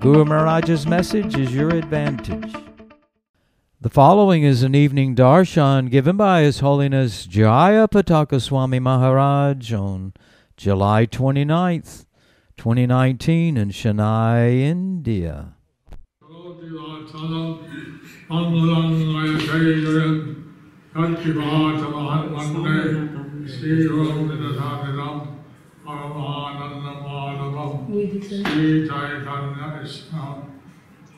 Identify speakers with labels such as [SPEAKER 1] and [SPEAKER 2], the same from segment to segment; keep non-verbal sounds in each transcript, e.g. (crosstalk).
[SPEAKER 1] Guru Maharaj's message is your advantage. The following is an evening darshan given by His Holiness Jaya Pataka Swami Maharaj on July 29th, 2019 in Chennai, India.
[SPEAKER 2] श्रीयोगिदधातिरम् श्रीचैतन्यविष्णम्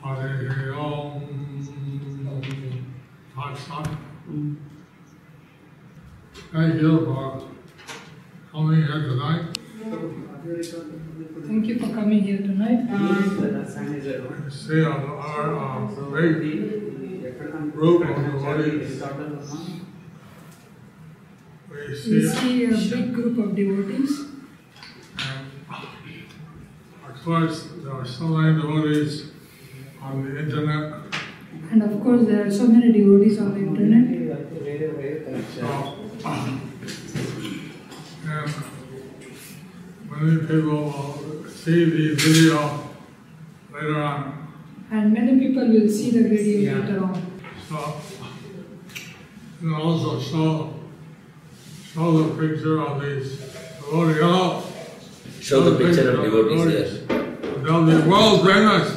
[SPEAKER 2] हरे ओम् साक्षात् Thank you for coming here tonight.
[SPEAKER 3] Thank you for coming here tonight.
[SPEAKER 2] Stay on our uh, way. We
[SPEAKER 3] We
[SPEAKER 2] see
[SPEAKER 3] see a big group of devotees.
[SPEAKER 2] And of course, there are so many devotees on the internet,
[SPEAKER 3] And of course, there are so many devotees on the internet.
[SPEAKER 2] so and many people will see the video later on.
[SPEAKER 3] And many people will see the video later on.
[SPEAKER 2] So and also show show the picture of these devotees. Oh,
[SPEAKER 4] Show the picture of devotees,
[SPEAKER 2] They'll be world famous.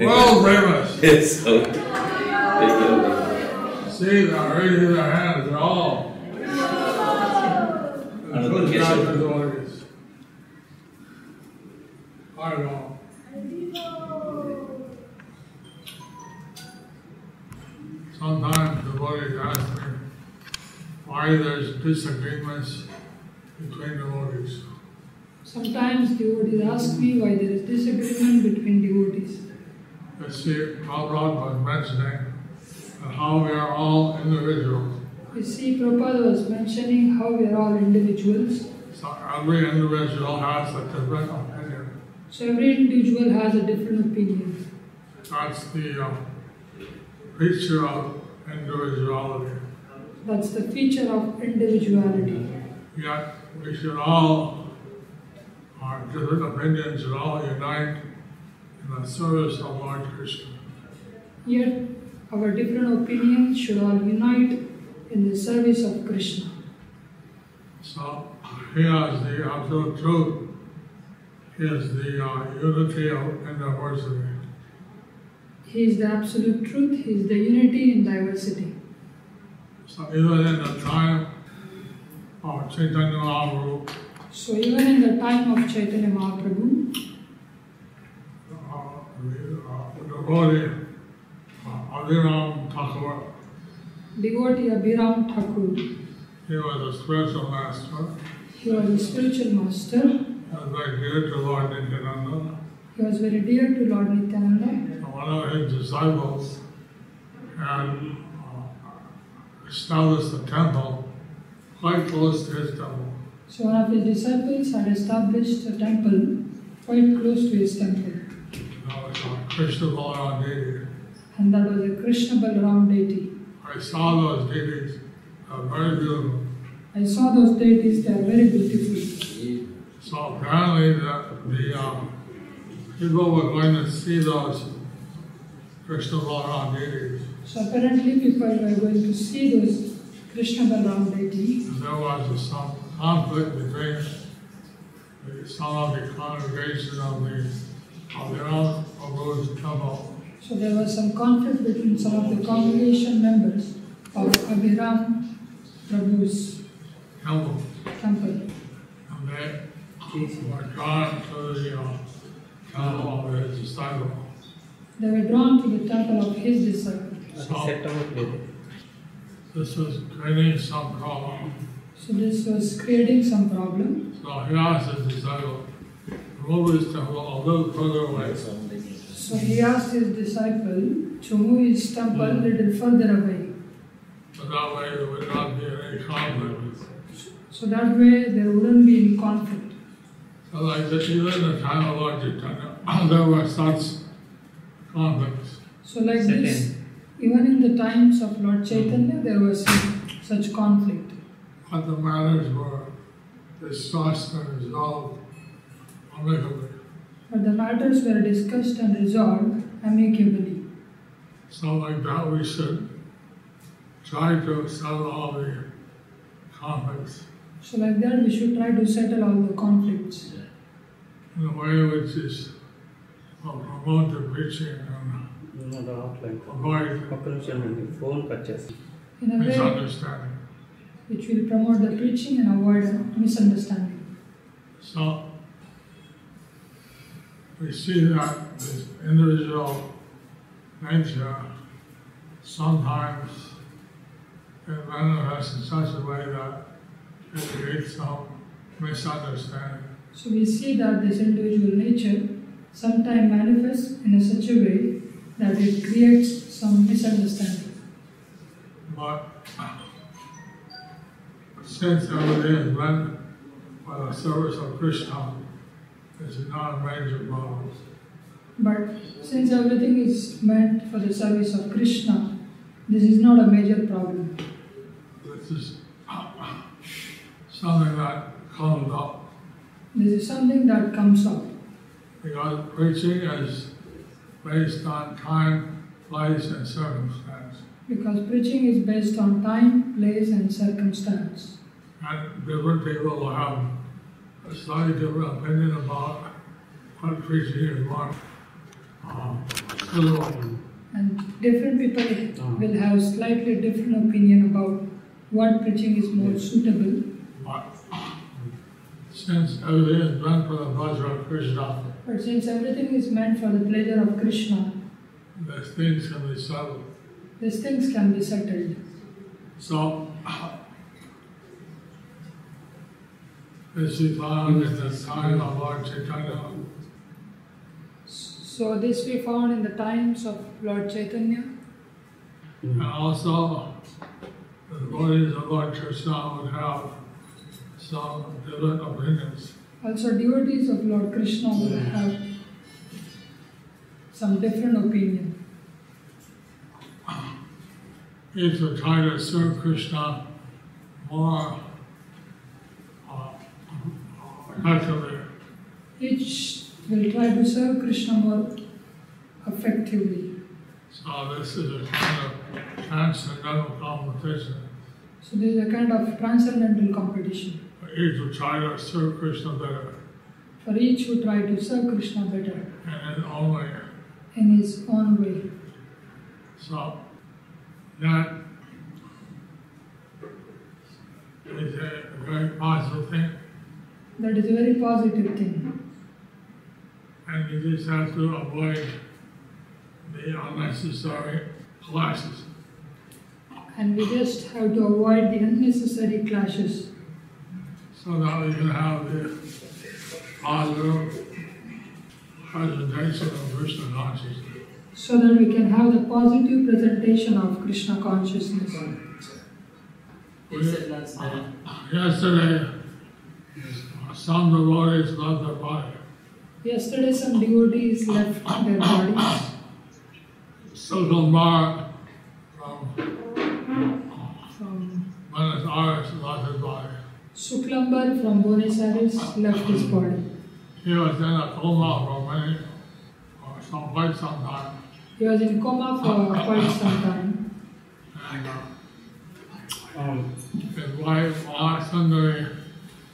[SPEAKER 2] World famous.
[SPEAKER 4] yes. (laughs) so, there
[SPEAKER 2] See, they're raising their hands, they're all.
[SPEAKER 4] Another
[SPEAKER 2] Including
[SPEAKER 4] question.
[SPEAKER 2] doctors' orders. I don't know. Sometimes the devotees ask me why there's disagreements between devotees.
[SPEAKER 3] Sometimes devotees ask me why there is disagreement between devotees.
[SPEAKER 2] You see, Prabhupada was mentioning that how we are all individuals.
[SPEAKER 3] You see, Prabhupada was mentioning how we are all individuals.
[SPEAKER 2] So every individual has a different opinion.
[SPEAKER 3] So every individual has a different opinion.
[SPEAKER 2] That's the uh, picture of individuality.
[SPEAKER 3] That's the feature of individuality.
[SPEAKER 2] Yet we should all, uh, our different opinions should all unite in the service of Lord Krishna.
[SPEAKER 3] Yet, our different opinions should all unite in the service of Krishna.
[SPEAKER 2] So he is the absolute truth. He is the uh, unity of in diversity.
[SPEAKER 3] He is the absolute truth, He is the unity in diversity.
[SPEAKER 2] So even in the time of Chaitanya Mahaprabhu,
[SPEAKER 3] So, even in the time of Chaitanya Mahaprabhu,
[SPEAKER 2] uh, the uh, devotee uh, Abhiram Thakur,
[SPEAKER 3] devotee Abhiram Thakur,
[SPEAKER 2] he was a spiritual master.
[SPEAKER 3] he was a spiritual master,
[SPEAKER 2] As I dear to Lord Nityananda,
[SPEAKER 3] he was very dear to Lord Nityananda.
[SPEAKER 2] one of his disciples had uh, established a temple quite close to his temple.
[SPEAKER 3] So, one of his disciples had established a temple quite close to his temple,
[SPEAKER 2] That was on Krishna Balaram deity.
[SPEAKER 3] and that was a Krishna Balaram deity.
[SPEAKER 2] I saw those deities, they were very beautiful.
[SPEAKER 3] I saw those deities, they are very beautiful.
[SPEAKER 4] you
[SPEAKER 2] So apparently the, the uh, people were going to see those Krishna Balaram deities.
[SPEAKER 3] So, apparently, people were going to see those Krishna Balaram deities.
[SPEAKER 2] And there was some confligo between the son of the congregation of the of the Mount of Rose Temple
[SPEAKER 3] So there was some conflict between some of the congregation members of Abhiram Prabhu's
[SPEAKER 2] temple,
[SPEAKER 3] temple.
[SPEAKER 2] and they were gone to the uh, temple of his disciple.
[SPEAKER 3] They were drawn to the temple of his disciple.
[SPEAKER 2] So this was creating some problem.
[SPEAKER 3] So this was creating some problem.
[SPEAKER 2] So he asked his disciple, move his temple a little further away.
[SPEAKER 3] So So he asked his disciple to move his temple a little further away.
[SPEAKER 2] So that way there would not be any conflict.
[SPEAKER 3] So that way there wouldn't be any conflict.
[SPEAKER 2] So like the, even the time of Lord Chaitanya, there were such conflicts.
[SPEAKER 3] So like this, even in the times of Lord Chaitanya, there was such conflict.
[SPEAKER 2] But the matters were discussed and resolved amicably.
[SPEAKER 3] But the matters were discussed and resolved amicably.
[SPEAKER 2] So like that we should try to settle all the conflicts
[SPEAKER 3] So like that, we should try to settle all the conflicts
[SPEAKER 2] in a way which is uh, promote the preaching and
[SPEAKER 5] ఉన్నదా offline
[SPEAKER 2] avoid
[SPEAKER 5] ఒక్క నిమిషం అండి phone cut చేస్తాను
[SPEAKER 3] in a way
[SPEAKER 2] misunderstanding.
[SPEAKER 3] which will promote the preaching and avoid misunderstanding.
[SPEAKER 2] So we see that this individual nature sometimes it manifests in such a way that it creates some misunderstanding.
[SPEAKER 3] So we see that this individual nature sometimes manifests in a such a way that it creates some misunderstanding.
[SPEAKER 2] But since everything is meant for the service of Krishna, it's not a major problem.
[SPEAKER 3] But since everything is meant for the service of Krishna, this is not a major problem.
[SPEAKER 2] This is something that comes up.
[SPEAKER 3] This is something that comes up
[SPEAKER 2] Because preaching is based on time, place, and circumstance.
[SPEAKER 3] because preaching is based on time, place, and circumstance.
[SPEAKER 2] And different people will have a slightly different opinion about what preaching is what. um, still,
[SPEAKER 3] And different people will have slightly different opinion about what preaching is more suitable.
[SPEAKER 2] But since everything is meant for the pleasure of Krishna,
[SPEAKER 3] But since everything is meant for the pleasure of Krishna,
[SPEAKER 2] these things can be settled.
[SPEAKER 3] these things can be settled.
[SPEAKER 2] So, this is found in the time of Lord Chaitanya.
[SPEAKER 3] So this we found in the times of Lord Chaitanya
[SPEAKER 2] And also, the devotees of Lord Krishna would have some different opinions.
[SPEAKER 3] Also, devotees of Lord Krishna will have some different opinion.
[SPEAKER 2] Each would try to serve Krishna more uh, effectively.
[SPEAKER 3] Each will try to serve Krishna more effectively.
[SPEAKER 2] So this is a kind of transcendental competition.
[SPEAKER 3] So there is a kind of transcendental competition
[SPEAKER 2] Each would try to serve Krishna better
[SPEAKER 3] for each who try to serve Krishna better
[SPEAKER 2] and in only.
[SPEAKER 3] in his own way.
[SPEAKER 2] So that is a very positive thing.
[SPEAKER 3] That is a very positive thing.
[SPEAKER 2] and you just have to avoid the unnecessary clashes.
[SPEAKER 3] And we just have to avoid the unnecessary clashes
[SPEAKER 2] So that we can have the positive presentation of Krishna consciousness.
[SPEAKER 3] so that we can have the positive presentation of Krishna consciousness.
[SPEAKER 2] He said last Yesterday, some devotees left their body.
[SPEAKER 3] Yesterday, some devotees left their bodies.
[SPEAKER 2] Silkal Mar from
[SPEAKER 3] From
[SPEAKER 2] Buenos Aires left his body.
[SPEAKER 3] Suklambar from Buenos Aires left his body.
[SPEAKER 2] He was in a coma for many, or some quite some time.
[SPEAKER 3] He was in coma for quite some time.
[SPEAKER 2] And, uh, Um, His wife, uh, Sundari,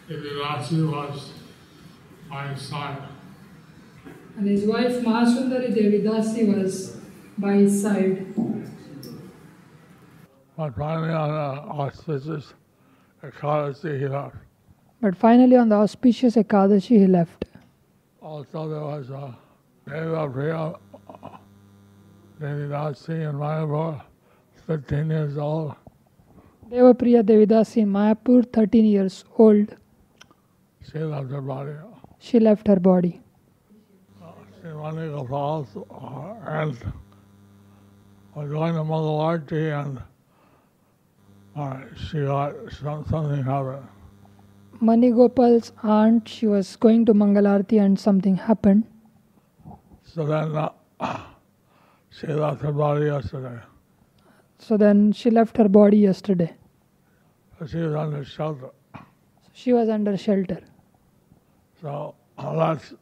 [SPEAKER 2] Ibilasi was by his side.
[SPEAKER 3] And his wife Mahasundari Devidasi was by his side.
[SPEAKER 2] But finally, on an auspicious Ekadashi, he left.
[SPEAKER 3] But finally, on the auspicious Ekadashi, he left.
[SPEAKER 2] Also, there was a Deva Priya uh, Devidasi in Mayapur, 15 years old.
[SPEAKER 3] Devapriya Devidasi in Mayapur, 13 years old,
[SPEAKER 2] She left her body.
[SPEAKER 3] she left her body.
[SPEAKER 2] in Maneka Falls uh, and I joined the Mangalarti and uh, she got some, something happened.
[SPEAKER 3] Manigopal's aunt, she was going to Mangalarti and something happened.
[SPEAKER 2] So then uh, she left her body yesterday.
[SPEAKER 3] So then she left her body yesterday.
[SPEAKER 2] So she was under shelter.
[SPEAKER 3] She was under shelter.
[SPEAKER 2] So uh, let's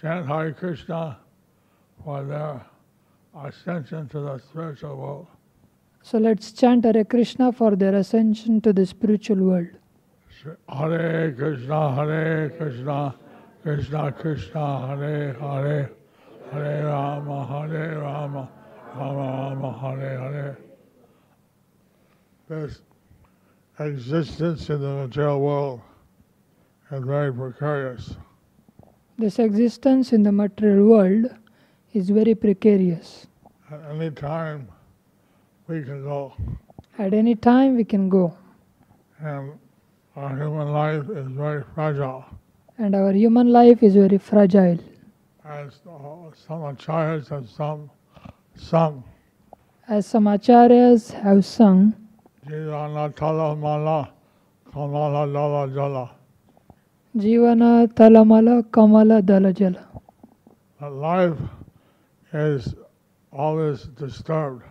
[SPEAKER 2] chant Hare Krishna for their ascension to the spiritual world.
[SPEAKER 3] So let's chant Hare Krishna for their ascension to the spiritual world.
[SPEAKER 2] Shri- Hare Krishna, Hare Krishna, Krishna Krishna, Hare Hare, Hare Rama, Hare Rama, Rama Rama, Hare Hare. This existence in the material world is very precarious.
[SPEAKER 3] This existence in the material world is very precarious.
[SPEAKER 2] At any time, we can go,
[SPEAKER 3] At any time we can go,
[SPEAKER 2] and our human life is very fragile.
[SPEAKER 3] and our human life is very fragile.
[SPEAKER 2] As uh, some acharyas and some, some
[SPEAKER 3] As some acharyas have sung,
[SPEAKER 2] Jivana Tala Mala Kamala Dala Jala.
[SPEAKER 3] Jivana Talamala Kamala Dalajala.
[SPEAKER 2] That life is always disturbed.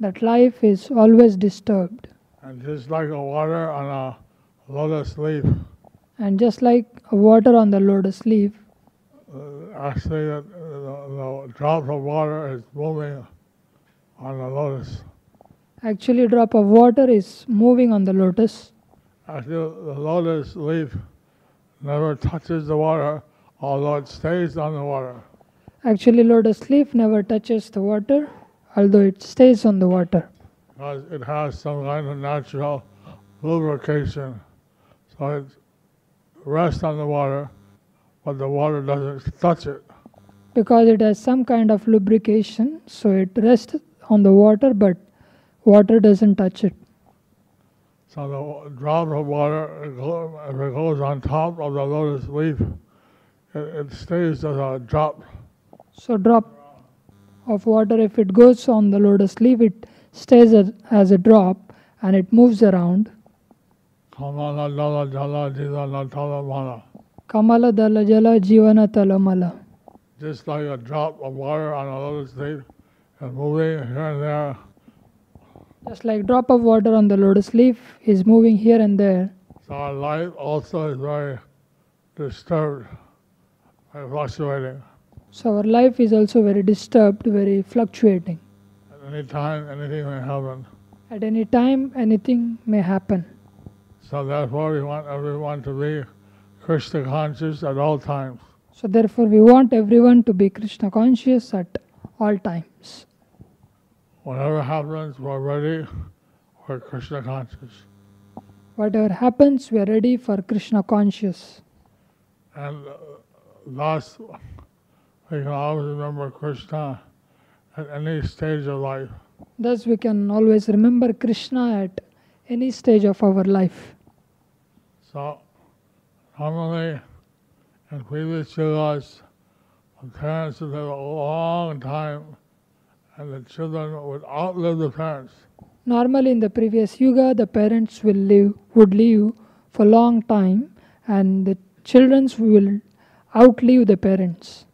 [SPEAKER 3] That life is always disturbed.
[SPEAKER 2] And just like a water on a lotus leaf,
[SPEAKER 3] And just like water on the lotus leaf,
[SPEAKER 2] uh, actually the, the, the drop of water is moving on the lotus.
[SPEAKER 3] actually a drop of water is moving on the lotus.
[SPEAKER 2] Actually, the lotus leaf never touches the water, although it stays on the water.
[SPEAKER 3] Actually lotus leaf never touches the water, although it stays on the water.
[SPEAKER 2] because it has some kind of natural lubrication. So it rests on the water, but the water doesn't touch it.
[SPEAKER 3] Because it has some kind of lubrication, so it rests on the water but water doesn't touch it.
[SPEAKER 2] So the wa- drop of water, it go- if it goes on top of the lotus leaf, it, it stays as a drop.
[SPEAKER 3] So drop of water if it goes on the lotus leaf it stays as, as a drop and it moves around.
[SPEAKER 2] Kamala dala dala jidala tala mala.
[SPEAKER 3] Kamala Dala Jala Jivana Talamala.
[SPEAKER 2] Just like a drop of water on a lotus leaf, and moving here and there,
[SPEAKER 3] Just like drop of water on the lotus leaf is moving here and there.
[SPEAKER 2] So our life also is very disturbed and fluctuating.
[SPEAKER 3] So our life is also very disturbed, very fluctuating.
[SPEAKER 2] At any time, anything may happen.
[SPEAKER 3] At any time, anything may happen.
[SPEAKER 2] So therefore, we want everyone to be Krishna conscious at all times.
[SPEAKER 3] So therefore, we want everyone to be Krishna conscious at all times.
[SPEAKER 2] Whatever happens, we're ready. We're Krishna conscious.
[SPEAKER 3] Whatever happens, we are ready for Krishna conscious.
[SPEAKER 2] And uh, thus, we can always remember Krishna at any stage of life.
[SPEAKER 3] Thus, we can always remember Krishna at any stage of our life.
[SPEAKER 2] So, normally, in previous yugas, the parents would live a long time, and the children would outlive the parents.
[SPEAKER 3] Normally, in the previous yuga, the parents will live would live for long time, and the children will outlive the parents.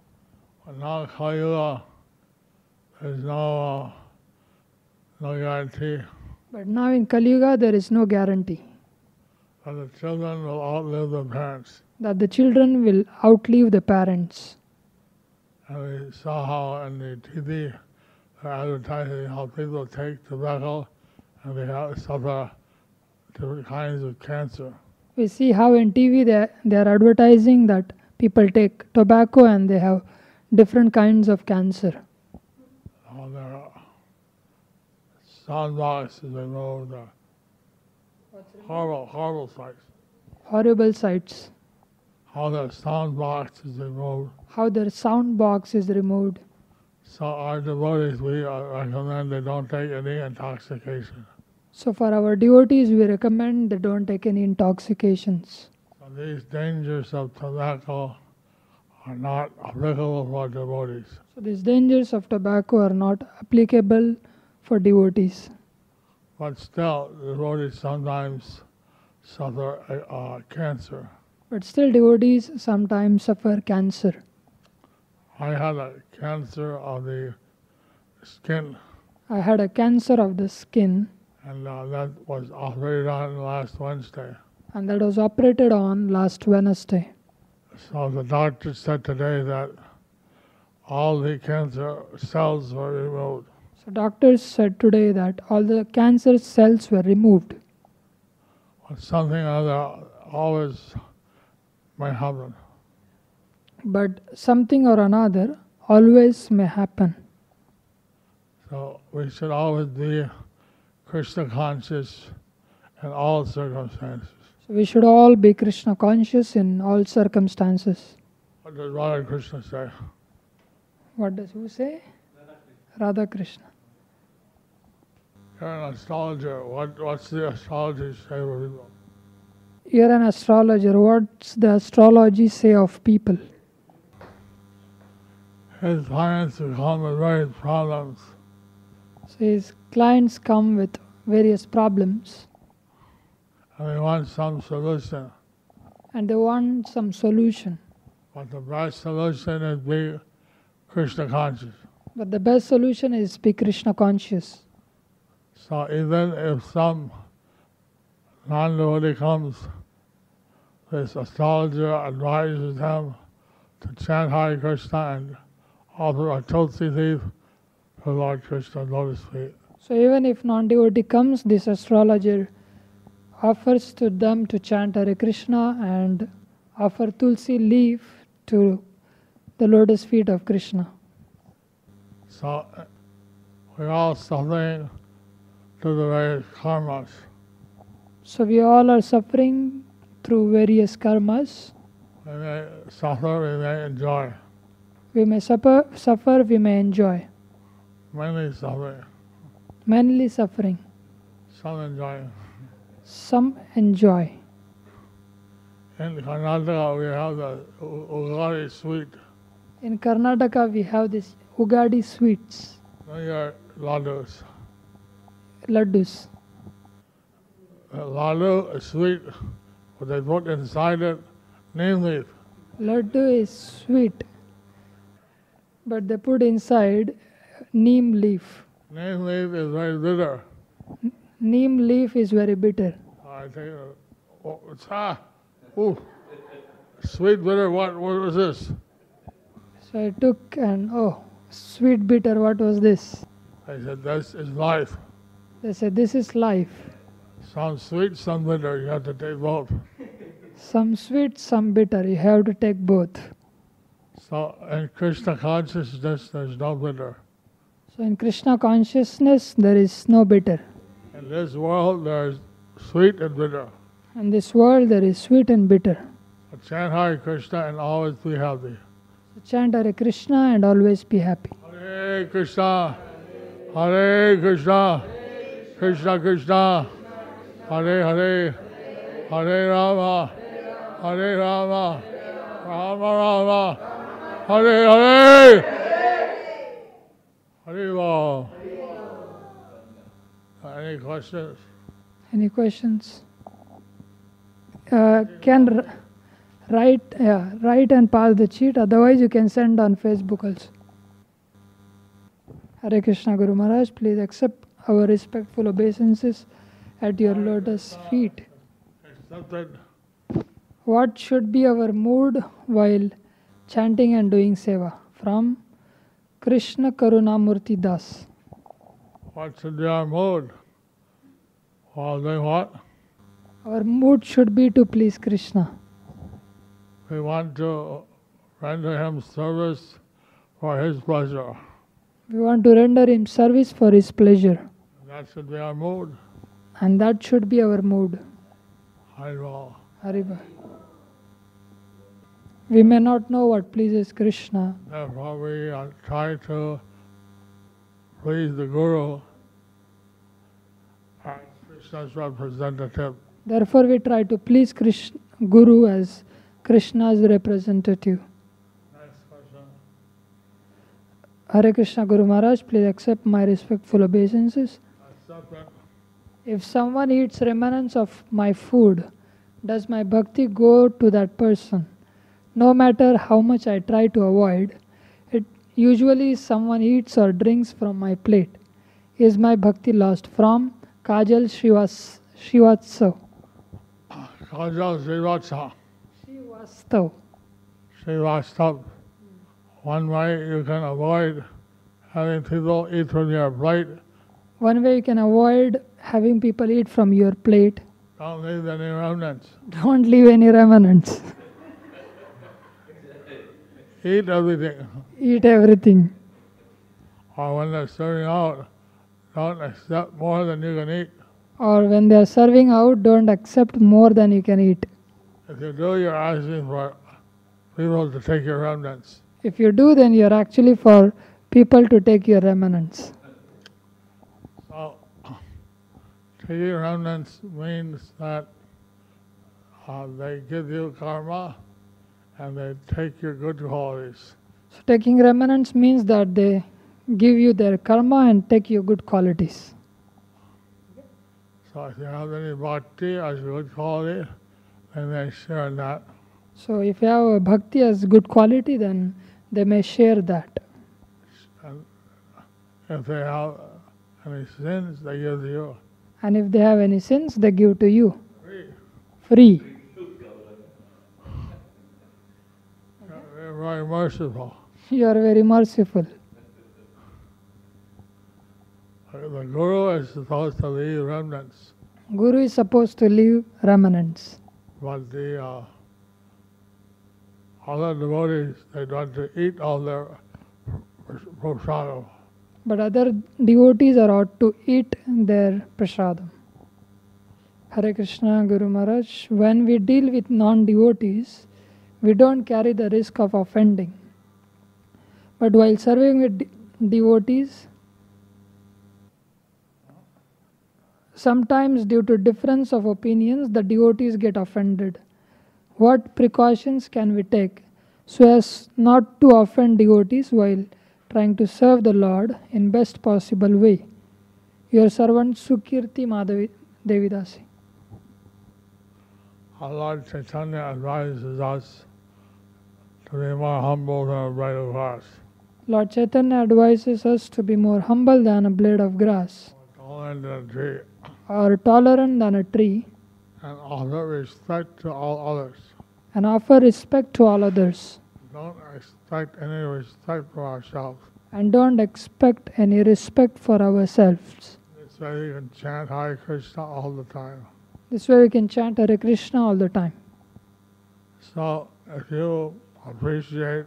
[SPEAKER 2] But now, Kali Yuga, there's no, uh, no guarantee
[SPEAKER 3] But now in Kali Yuga, there is no guarantee
[SPEAKER 2] that the children will outlive the parents.
[SPEAKER 3] that the children will outlive the parents.
[SPEAKER 2] And we saw how in the TV, they're advertising how people take tobacco and they have suffer different kinds of cancer.
[SPEAKER 3] We see how in TV they, they are advertising that people take tobacco and they have different kinds of cancer.
[SPEAKER 2] on their sandbox is removed the horrible, horrible sights.
[SPEAKER 3] Horrible sights.
[SPEAKER 2] How their sandbox is removed.
[SPEAKER 3] How their sound box is removed.
[SPEAKER 2] So our devotees, we uh, recommend they don't take any intoxication.
[SPEAKER 3] So for our devotees, we recommend they don't take any intoxications.
[SPEAKER 2] So these dangers of tobacco are not applicable for devotees.
[SPEAKER 3] So these dangers of tobacco are not applicable for devotees.
[SPEAKER 2] But still, devotees sometimes suffer uh, uh, cancer.
[SPEAKER 3] But still, devotees sometimes suffer cancer.
[SPEAKER 2] I had a cancer of the skin,
[SPEAKER 3] I had a cancer of the skin,
[SPEAKER 2] and uh, that was operated on last Wednesday.
[SPEAKER 3] and that was operated on last Wednesday.
[SPEAKER 2] So the doctor said today that all the cancer cells were removed.
[SPEAKER 3] So doctors said today that all the cancer cells were removed.
[SPEAKER 2] But something or other always might happen.
[SPEAKER 3] But something or another always may happen.
[SPEAKER 2] So we should always be Krishna conscious in all circumstances.
[SPEAKER 3] So we should all be Krishna conscious in all circumstances.
[SPEAKER 2] What does Radha Krishna say?
[SPEAKER 3] What does who say? Radha Krishna.
[SPEAKER 2] You're an astrologer. What, what's the astrology say? for people?
[SPEAKER 3] You're an astrologer. What's the astrology say of people?
[SPEAKER 2] His clients who come with various problems.
[SPEAKER 3] So his clients come with various problems
[SPEAKER 2] and they want some solution.
[SPEAKER 3] and they want some solution.
[SPEAKER 2] But the best solution is be Krishna conscious.
[SPEAKER 3] But the best solution is be Krishna conscious.
[SPEAKER 2] So even if some non-devotee comes, this astrologer advises him to chant Hare Krishna and offer a tulsi leaf to Lord Krishna Lotus feet.
[SPEAKER 3] So even if non-devotee comes, this astrologer offers to them to chant Hare Krishna and offer tulsi leaf to the lotus feet of Krishna.
[SPEAKER 2] So uh, we're all suffering to the various karmas.
[SPEAKER 3] So we all are suffering through various karmas.
[SPEAKER 2] We may suffer, we may enjoy,
[SPEAKER 3] We may suffer, suffer we may enjoy.
[SPEAKER 2] mainly suffering,
[SPEAKER 3] Mainly suffering.
[SPEAKER 2] some enjoying.
[SPEAKER 3] Some enjoy.
[SPEAKER 2] In Karnataka, we have the U- Ugari sweet.
[SPEAKER 3] In Karnataka, we have this Ugadi sweets,
[SPEAKER 2] New Year laddus.
[SPEAKER 3] laddus.
[SPEAKER 2] A laddu is sweet, but they put inside it neem leaf.
[SPEAKER 3] Laddu is sweet, but they put inside neem leaf.
[SPEAKER 2] Neem leaf is very bitter.
[SPEAKER 3] Neem leaf is very bitter.
[SPEAKER 2] I think, uh, oh, it's, ah, ooh, sweet bitter. What what was this?
[SPEAKER 3] So I took and oh, sweet bitter, what was this?
[SPEAKER 2] I said this is life.
[SPEAKER 3] They said, This is life.
[SPEAKER 2] Some sweet, some bitter. You have to take both.
[SPEAKER 3] Some sweet, some bitter. You have to take both.
[SPEAKER 2] So in Krishna consciousness, there's no bitter.
[SPEAKER 3] So in Krishna consciousness, there is no bitter.
[SPEAKER 2] In this world, there's sweet and bitter.
[SPEAKER 3] In this world, there is sweet and bitter.
[SPEAKER 2] But chant Hare Krishna and always be happy.
[SPEAKER 3] Chant Hare Krishna and always be happy.
[SPEAKER 2] Hare Krishna, Hare Krishna, Krishna Krishna, Hare Hare, Hare Rama, Hare Rama, Rama Rama, Hare Hare, Hare Rama. Any questions?
[SPEAKER 3] Any questions? Uh, can r- write, yeah, write and pass the cheat. Otherwise, you can send on Facebook also. Hare Krishna Guru Maharaj, please accept our respectful obeisances at your lotus feet.
[SPEAKER 2] Accepted.
[SPEAKER 3] What should be our mood while chanting and doing seva? From Krishna Karunamurti Das.
[SPEAKER 2] What should be our mood? While doing what?
[SPEAKER 3] Our mood should be to please Krishna.
[SPEAKER 2] We want to render him service for his pleasure.
[SPEAKER 3] We want to render him service for his pleasure.
[SPEAKER 2] That should be our mood.
[SPEAKER 3] And that should be our mood.
[SPEAKER 2] Hare Rama.
[SPEAKER 3] Hariba. We may not know what pleases Krishna,
[SPEAKER 2] Therefore, we are trying to please the Guru as Krishna's representative.
[SPEAKER 3] therefore, we try to please Krishna, Guru as Krishna's representative. Hare Krishna Guru Maharaj, please accept my respectful obeisances. If someone eats remnants of my food, does my bhakti go to that person? No matter how much I try to avoid, it usually someone eats or drinks from my plate. Is my bhakti lost from Kajal Shivas, Shivatsav?
[SPEAKER 2] Kajal Srivatsa,
[SPEAKER 3] Shivastav.
[SPEAKER 2] Srivatsa. One way you can avoid having people eat from your plate,
[SPEAKER 3] One way you can avoid having people eat from your plate, (laughs)
[SPEAKER 2] don't leave any remnants.
[SPEAKER 3] don't leave any remnants.
[SPEAKER 2] Eat everything.
[SPEAKER 3] Eat everything.
[SPEAKER 2] Or when they're serving out, don't accept more than you can eat.
[SPEAKER 3] Or when they are serving out, don't accept more than you can eat.
[SPEAKER 2] If you do, you're asking for people to take your remnants.
[SPEAKER 3] If you do, then you are actually for people to take your remnants.
[SPEAKER 2] So, taking remnants means that uh, they give you karma and they take your good qualities.
[SPEAKER 3] So, taking remnants means that they give you their karma and take your good qualities.
[SPEAKER 2] So, if you have any bhakti as a good quality, then they share that.
[SPEAKER 3] So, if you have a bhakti as good quality, then they may share that.
[SPEAKER 2] If they have any sins, they give you.
[SPEAKER 3] And if they have any sins, they give to you free.
[SPEAKER 2] They're very merciful.
[SPEAKER 3] You are very merciful.
[SPEAKER 2] The guru is supposed to leave remnants,
[SPEAKER 3] Guru is supposed to leave remnants,
[SPEAKER 2] but the uh, other devotees they want to eat all their prasadam.
[SPEAKER 3] but other devotees are ought to eat their prasadam. Hare Krishna Guru Maharaj, when we deal with non devotees, we don't carry the risk of offending. But while serving with de- devotees, sometimes due to difference of opinions, the devotees get offended. What precautions can we take so as not to offend devotees while trying to serve the Lord in best possible way? Your servant Sukirti Madhavi Devidasi.
[SPEAKER 2] Our Lord Chaitanya advises us to be more humble than a blade of grass.
[SPEAKER 3] Lord Chaitanya advises us to be more humble than a blade of grass,
[SPEAKER 2] All under the tree,
[SPEAKER 3] or tolerant than a tree,
[SPEAKER 2] and offer respect to all others.
[SPEAKER 3] and offer respect to all others,
[SPEAKER 2] Don't expect any respect for ourselves.
[SPEAKER 3] and don't expect any respect for ourselves.
[SPEAKER 2] This way you can chant Hare Krishna all the time.
[SPEAKER 3] This way we can chant Hare Krishna all the time.
[SPEAKER 2] So if you appreciate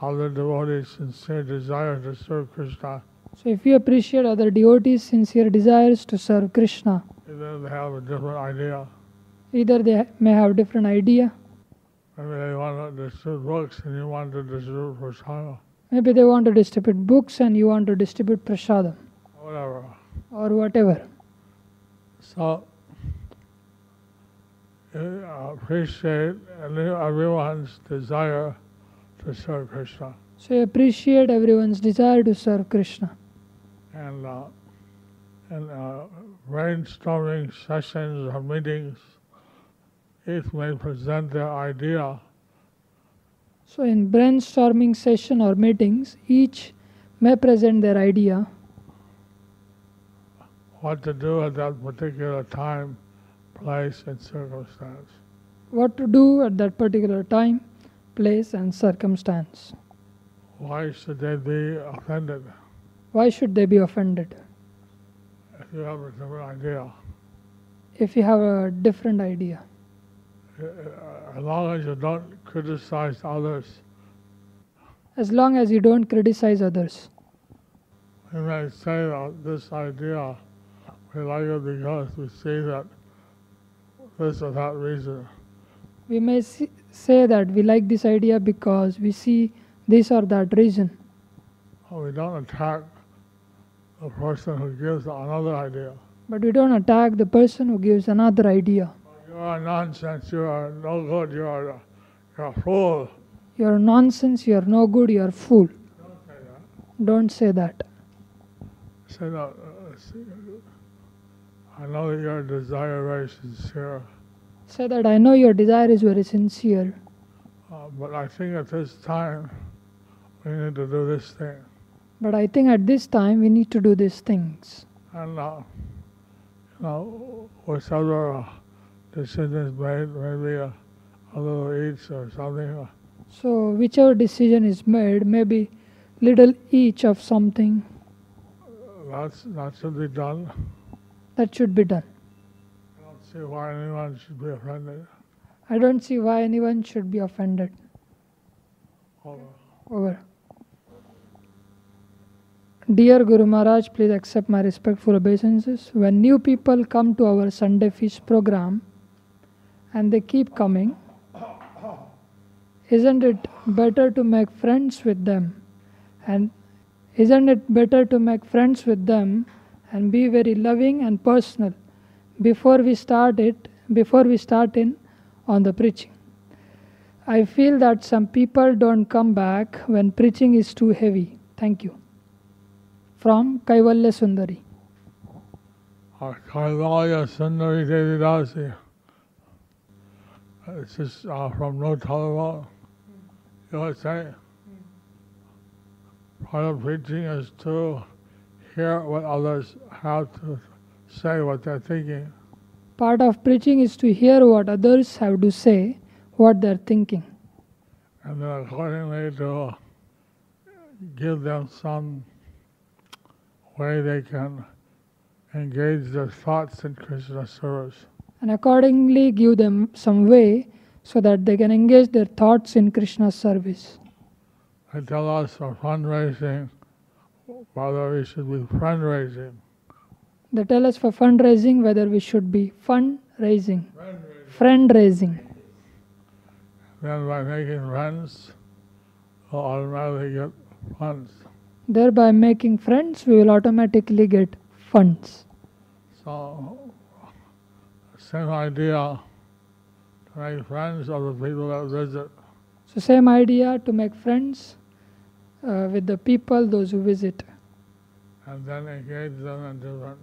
[SPEAKER 2] other devotees' sincere desire to serve Krishna,
[SPEAKER 3] So, if you appreciate other devotees' sincere desires to serve Krishna,
[SPEAKER 2] either they have a different idea,
[SPEAKER 3] either they may have different idea,
[SPEAKER 2] maybe they want to distribute books and you want to distribute prasadam,
[SPEAKER 3] maybe they want to distribute books and you want to distribute prasadam
[SPEAKER 2] whatever.
[SPEAKER 3] or whatever.
[SPEAKER 2] So you appreciate any- everyone's desire to serve Krishna.
[SPEAKER 3] So, you appreciate everyone's desire to serve Krishna.
[SPEAKER 2] and uh, and uh, brainstorming sessions or meetings, each may present their idea
[SPEAKER 3] So, in brainstorming session or meetings, each may present their idea
[SPEAKER 2] what to do at that particular time, place, and circumstance.
[SPEAKER 3] what to do at that particular time, place, and circumstance.
[SPEAKER 2] Why should they be offended
[SPEAKER 3] Why should they be offended
[SPEAKER 2] if you have a different idea?
[SPEAKER 3] if you have a different idea?
[SPEAKER 2] uh, As long as you don't criticize others,
[SPEAKER 3] As long as you don't criticize others,
[SPEAKER 2] you may say that this idea we like it because we see that this or that reason.
[SPEAKER 3] we may see, say that we like this idea because we see this or that reason,
[SPEAKER 2] Oh, we don't attack the person who gives another idea.
[SPEAKER 3] but we don't attack the person who gives another idea.
[SPEAKER 2] You are nonsense, you are no good, you are, a- you're a fool.
[SPEAKER 3] You're nonsense, you're no good, you're a fool.
[SPEAKER 2] Don't say that.
[SPEAKER 3] Don't say that.
[SPEAKER 2] Said, uh, I know that your desire is very sincere,
[SPEAKER 3] Say that I know your desire is very sincere,
[SPEAKER 2] uh, but I think at this time we need to do this thing.
[SPEAKER 3] but I think at this time we need to do these things.
[SPEAKER 2] And uh, you know, whichever uh, decisions made, maybe a, a little each or something. uh,
[SPEAKER 3] So, whichever decision is made, maybe little each of something
[SPEAKER 2] That's that should be done.
[SPEAKER 3] that should be done.
[SPEAKER 2] I don't see why anyone should be offended.
[SPEAKER 3] I don't see why anyone should be offended
[SPEAKER 2] Or,
[SPEAKER 3] over. Dear Guru Maharaj, please accept my respectful obeisances. When new people come to our Sunday feast program and they keep coming, isn't it better to make friends with them? And isn't it better to make friends with them and be very loving and personal before we start it, before we start in on the preaching? I feel that some people don't come back when preaching is too heavy. Thank you. From Kaivalya Sundari.
[SPEAKER 2] or Kaivalya Sundari Devi Dasi. This is uh, from No Taliban. You would say, part of Hmm. preaching is to hear what others have to say, what they're thinking.
[SPEAKER 3] Part of preaching is to hear what others have to say, what they're thinking,
[SPEAKER 2] and then accordingly to give them some way they can engage their thoughts in Krishna service.
[SPEAKER 3] and accordingly give them some way so that they can engage their thoughts in Krishna's service.
[SPEAKER 2] They tell us for fundraising whether we should be fundraising.
[SPEAKER 3] They tell us for fundraising whether we should be fundraising, friend raising.
[SPEAKER 2] Then by making friends, we'll automatically get funds.
[SPEAKER 3] Thereby making friends, we will automatically get funds.
[SPEAKER 2] So, same idea to make friends of the people that visit.
[SPEAKER 3] So same idea to make friends uh, with the people, those who visit,
[SPEAKER 2] and then engage them in different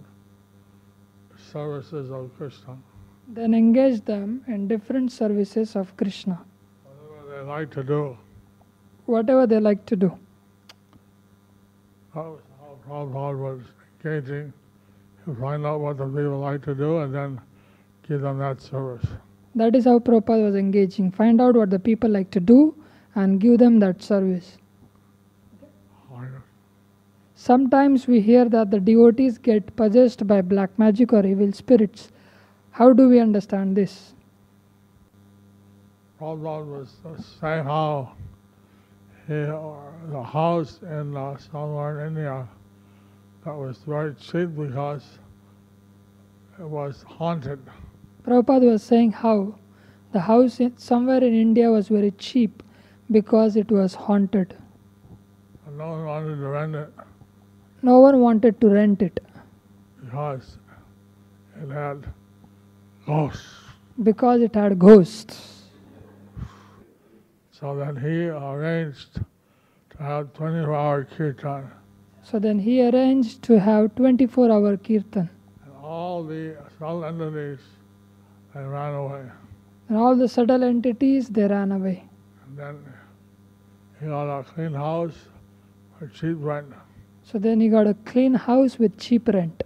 [SPEAKER 2] services of Krishna.
[SPEAKER 3] then engage them in different services of Krishna,
[SPEAKER 2] Whatever they like to do.
[SPEAKER 3] whatever they like to do.
[SPEAKER 2] That was how Prabhupada was engaging. You find out what the people like to do and then give them that service.
[SPEAKER 3] That is how Prabhupada was engaging. Find out what the people like to do and give them that service.
[SPEAKER 2] Or
[SPEAKER 3] Sometimes we hear that the devotees get possessed by black magic or evil spirits. How do we understand this?
[SPEAKER 2] Prabhupada was the same how he, or the house in uh, somewhere in India that was very cheap because it was haunted.
[SPEAKER 3] Prabhupada was saying how the house in, somewhere in India was very cheap because it was haunted.
[SPEAKER 2] And no one wanted to rent it.
[SPEAKER 3] No one wanted to rent it
[SPEAKER 2] because it had ghosts.
[SPEAKER 3] because it had ghosts.
[SPEAKER 2] So that he arranged to have 24 hour kirtan.
[SPEAKER 3] So then he arranged to have 24 hour kirtan.
[SPEAKER 2] And all the small entities, they ran away.
[SPEAKER 3] And all the subtle entities, they ran away.
[SPEAKER 2] And then he got a clean house for cheap rent.
[SPEAKER 3] So then he got a clean house with cheap rent.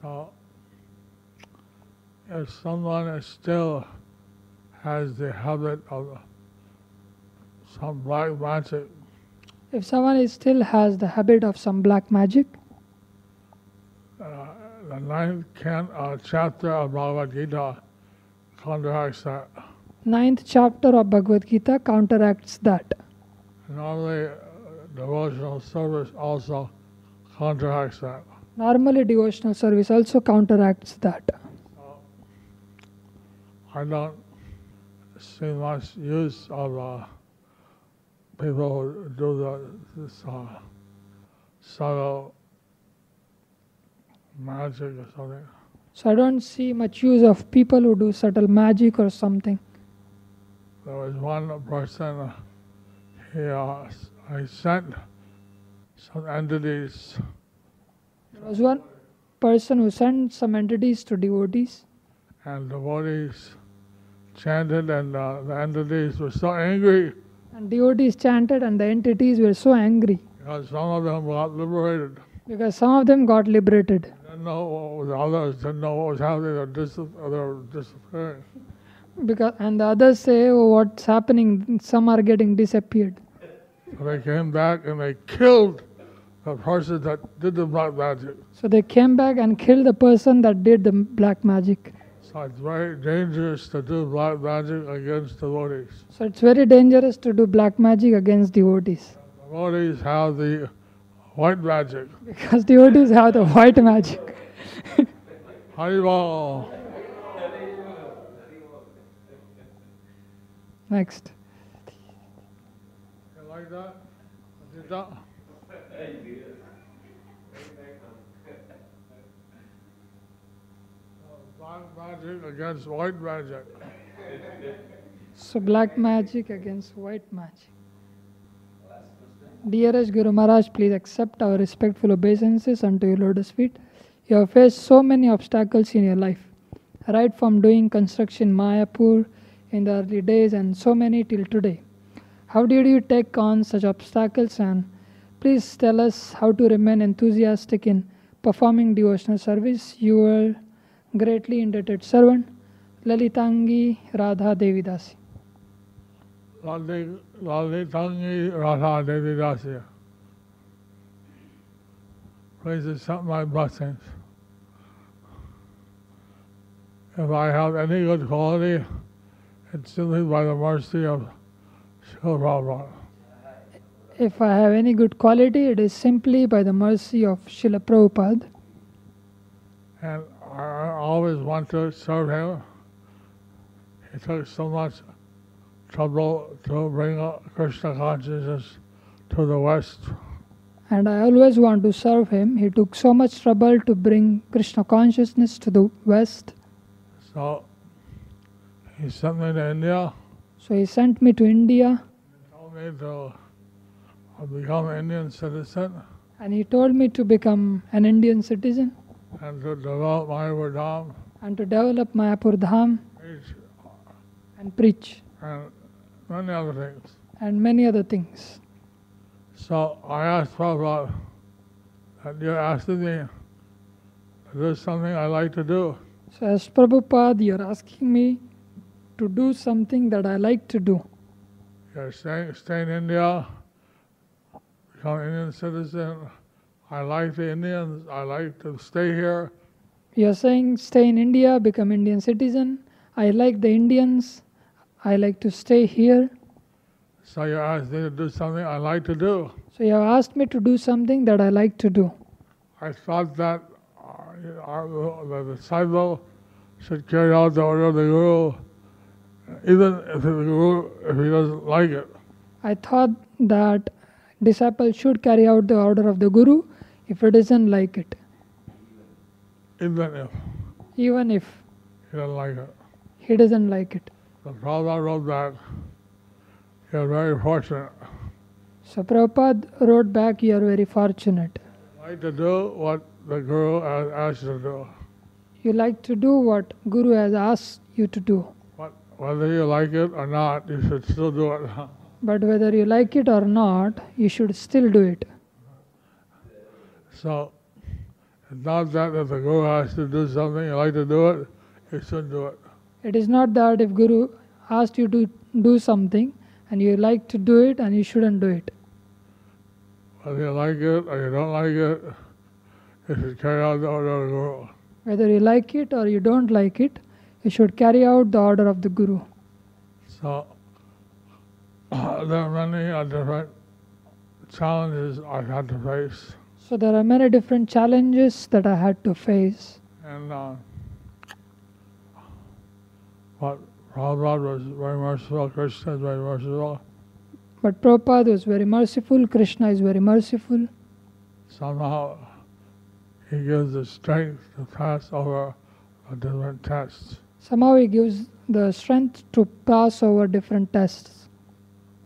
[SPEAKER 2] So if someone is still has the habit of some black magic,
[SPEAKER 3] If someone is still has the habit of some black magic,
[SPEAKER 2] uh, the ninth can, uh, chapter of Bhagavad Gita counteracts that.
[SPEAKER 3] ninth chapter of Bhagavad Gita counteracts that.
[SPEAKER 2] Normally, uh, devotional service also counteracts that.
[SPEAKER 3] Normally, devotional service also counteracts that.
[SPEAKER 2] I don't see much use of uh, people who do the, this uh, subtle magic or something.
[SPEAKER 3] So I don't see much use of people who do subtle magic or something.
[SPEAKER 2] There was one person, he uh, s- I sent some entities.
[SPEAKER 3] There was one person who sent some entities to devotees,
[SPEAKER 2] and the bodies chanted, and uh, the entities were so angry
[SPEAKER 3] and devotees chanted, and the entities were so angry
[SPEAKER 2] because some of them got liberated.
[SPEAKER 3] because some of them got liberated.
[SPEAKER 2] Didn't know what was, the others didn't know what was happening. They were, dis- they were disappearing.
[SPEAKER 3] Because and the others say, "Oh, what's happening? Some are getting disappeared."
[SPEAKER 2] So they came back and they killed the person that did the black magic.
[SPEAKER 3] So they came back and killed the person that did the black magic.
[SPEAKER 2] So it's very dangerous to do black magic against devotees.
[SPEAKER 3] So it's very dangerous to do black magic against devotees (laughs)
[SPEAKER 2] Devotees have the white magic.
[SPEAKER 3] because devotees have the white magic. (laughs)
[SPEAKER 2] Haribol.
[SPEAKER 3] Next.
[SPEAKER 2] You like that? You did that? (laughs) Uh, Black magic against white magic.
[SPEAKER 3] So black magic against white magic. Dearest Guru Maharaj, please accept our respectful obeisances unto your lotus feet. You have faced so many obstacles in your life, right from doing construction in Mayapur in the early days and so many till today. How did you take on such obstacles and please tell us how to remain enthusiastic in performing devotional service. You are greatly indebted servant, Lalitangi Radha Devidasi.
[SPEAKER 2] Lali Lali Tangi Radha Devi Dasya. Please accept my blessings. If I have any good quality, it's simply by the mercy of Srila Prabhupada.
[SPEAKER 3] If I have any good quality, it is simply by the mercy of Srila Prabhupada.
[SPEAKER 2] And I always want to serve him. He took so much trouble to bring up Krishna consciousness to the West.
[SPEAKER 3] And I always want to serve him. He took so much trouble to bring Krishna consciousness to the West.
[SPEAKER 2] So he sent me to India,
[SPEAKER 3] So he sent me to India
[SPEAKER 2] told me to become an Indian citizen
[SPEAKER 3] and he told me to become an Indian citizen
[SPEAKER 2] and to develop my Vedam,
[SPEAKER 3] and to develop Mayapur Dham
[SPEAKER 2] preach,
[SPEAKER 3] and preach
[SPEAKER 2] and many other things.
[SPEAKER 3] and many other things.
[SPEAKER 2] So I asked Prabhupada, and you're asking me to do something I like to do.
[SPEAKER 3] So, as Prabhupada, you're asking me to do something that I like to do.
[SPEAKER 2] Yeah, stay, stay in India, become an Indian citizen. I like the Indians. I like to stay here.
[SPEAKER 3] You're saying stay in India, become Indian citizen. I like the Indians. I like to stay here.
[SPEAKER 2] So you asked me to do something I like to do.
[SPEAKER 3] So you have asked me to do something that I like to do.
[SPEAKER 2] I thought that uh, our, the disciple should carry out the order of the guru, even if the guru if he doesn't like it.
[SPEAKER 3] I thought that disciple should carry out the order of the guru if he doesn't like it,
[SPEAKER 2] Even if
[SPEAKER 3] even if
[SPEAKER 2] he doesn't like it.
[SPEAKER 3] he doesn't like it.
[SPEAKER 2] The Prabhupada wrote that. You're very fortunate.
[SPEAKER 3] So Prabhupada wrote back, "You are very fortunate.
[SPEAKER 2] Like to do what the guru has asked you to do.
[SPEAKER 3] You like to do what Guru has asked you to do."
[SPEAKER 2] But whether you like it or not, you should still do it. (laughs)
[SPEAKER 3] But whether you like it or not, you should still do it.
[SPEAKER 2] So it's not that if the guru has to do something, you like to do it, you should do it.
[SPEAKER 3] It is not that if Guru asked you to do something and you like to do it and you shouldn't do it.
[SPEAKER 2] Whether you like it or you don't like it, you should carry out the order of the guru.
[SPEAKER 3] Whether you like it or you don't like it, you should carry out the order of the Guru.
[SPEAKER 2] So there are many uh, different challenges I've had to face.
[SPEAKER 3] So there are many different challenges that I had to face.
[SPEAKER 2] And uh, but Prabhupada was very merciful, Krishna is very merciful.
[SPEAKER 3] But Prabhupada was very merciful, Krishna is very merciful.
[SPEAKER 2] somehow he gives the strength to pass over the different tests.
[SPEAKER 3] Somehow he gives the strength to pass over different tests.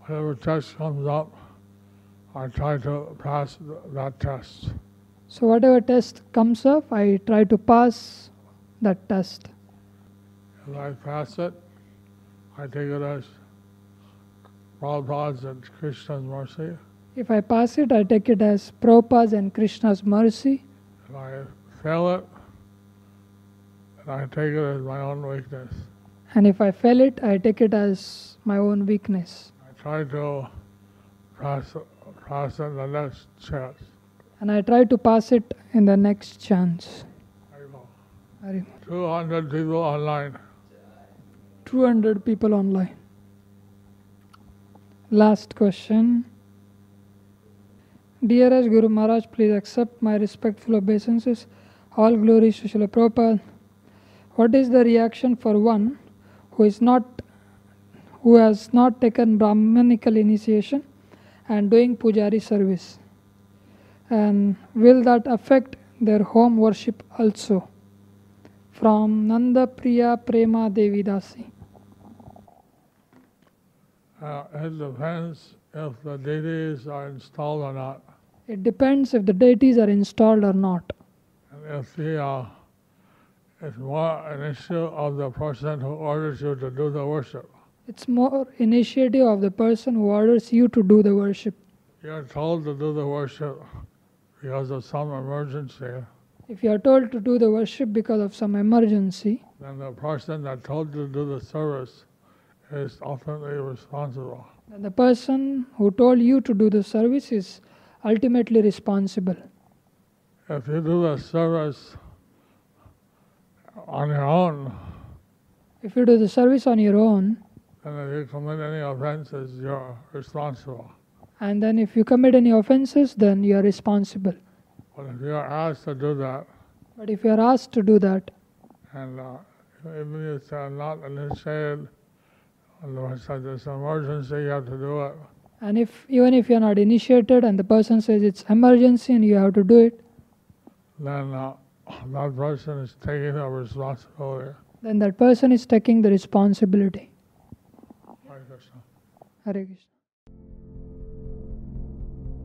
[SPEAKER 2] Whatever test comes up, I try to pass th- that test.
[SPEAKER 3] So, whatever test comes up, I try to pass that test.
[SPEAKER 2] If I pass it, I take it as Prabhupada's and Krishna's mercy.
[SPEAKER 3] If I pass it, I take it as Prabhupada's and Krishna's mercy.
[SPEAKER 2] If I fail it, then I take it as my own weakness.
[SPEAKER 3] And if I fail it, I take it as my own weakness.
[SPEAKER 2] I try to pass, pass it the next chance.
[SPEAKER 3] And I try to pass it in the next chance. Hari-
[SPEAKER 2] 200 people online.
[SPEAKER 3] 200 people online. Last question. Dear as Guru Maharaj, please accept my respectful obeisances. All glory to Srila Prabhupada. What is the reaction for one who is not who has not taken Brahmanical initiation and doing Pujari service? And will that affect their home worship also? From Nanda Priya Prema Devi Dasi.
[SPEAKER 2] Uh, it depends if the deities are installed or not.
[SPEAKER 3] It depends if the deities are installed or not.
[SPEAKER 2] And if the, uh, it's more an issue of the person who orders you to do the worship.
[SPEAKER 3] It's more initiative of the person who orders you to do the worship.
[SPEAKER 2] You're told to do the worship because of some emergency.
[SPEAKER 3] If you are told to do the worship because of some emergency,
[SPEAKER 2] Then the person that told you to do the service is ultimately responsible.
[SPEAKER 3] then the person who told you to do the service is ultimately responsible.
[SPEAKER 2] If you do the service on your own,
[SPEAKER 3] If you do the service on your own,
[SPEAKER 2] then if you commit any offenses, you're responsible.
[SPEAKER 3] and then if you commit any offenses, then you are responsible.
[SPEAKER 2] But if you're asked to do that,
[SPEAKER 3] But if you are asked to do that,
[SPEAKER 2] And uh, even if they're not initiated, unless there's an emergency, you have to do it.
[SPEAKER 3] and if even if you are not initiated and the person says it's emergency and you have to do it,
[SPEAKER 2] Then uh, that person is taking the responsibility.
[SPEAKER 3] then that person is taking the responsibility.
[SPEAKER 2] Hare Krishna.
[SPEAKER 3] Hare Krishna.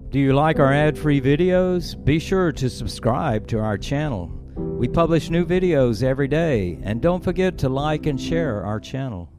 [SPEAKER 1] Do you like our ad free videos? Be sure to subscribe to our channel. We publish new videos every day, and don't forget to like and share our channel.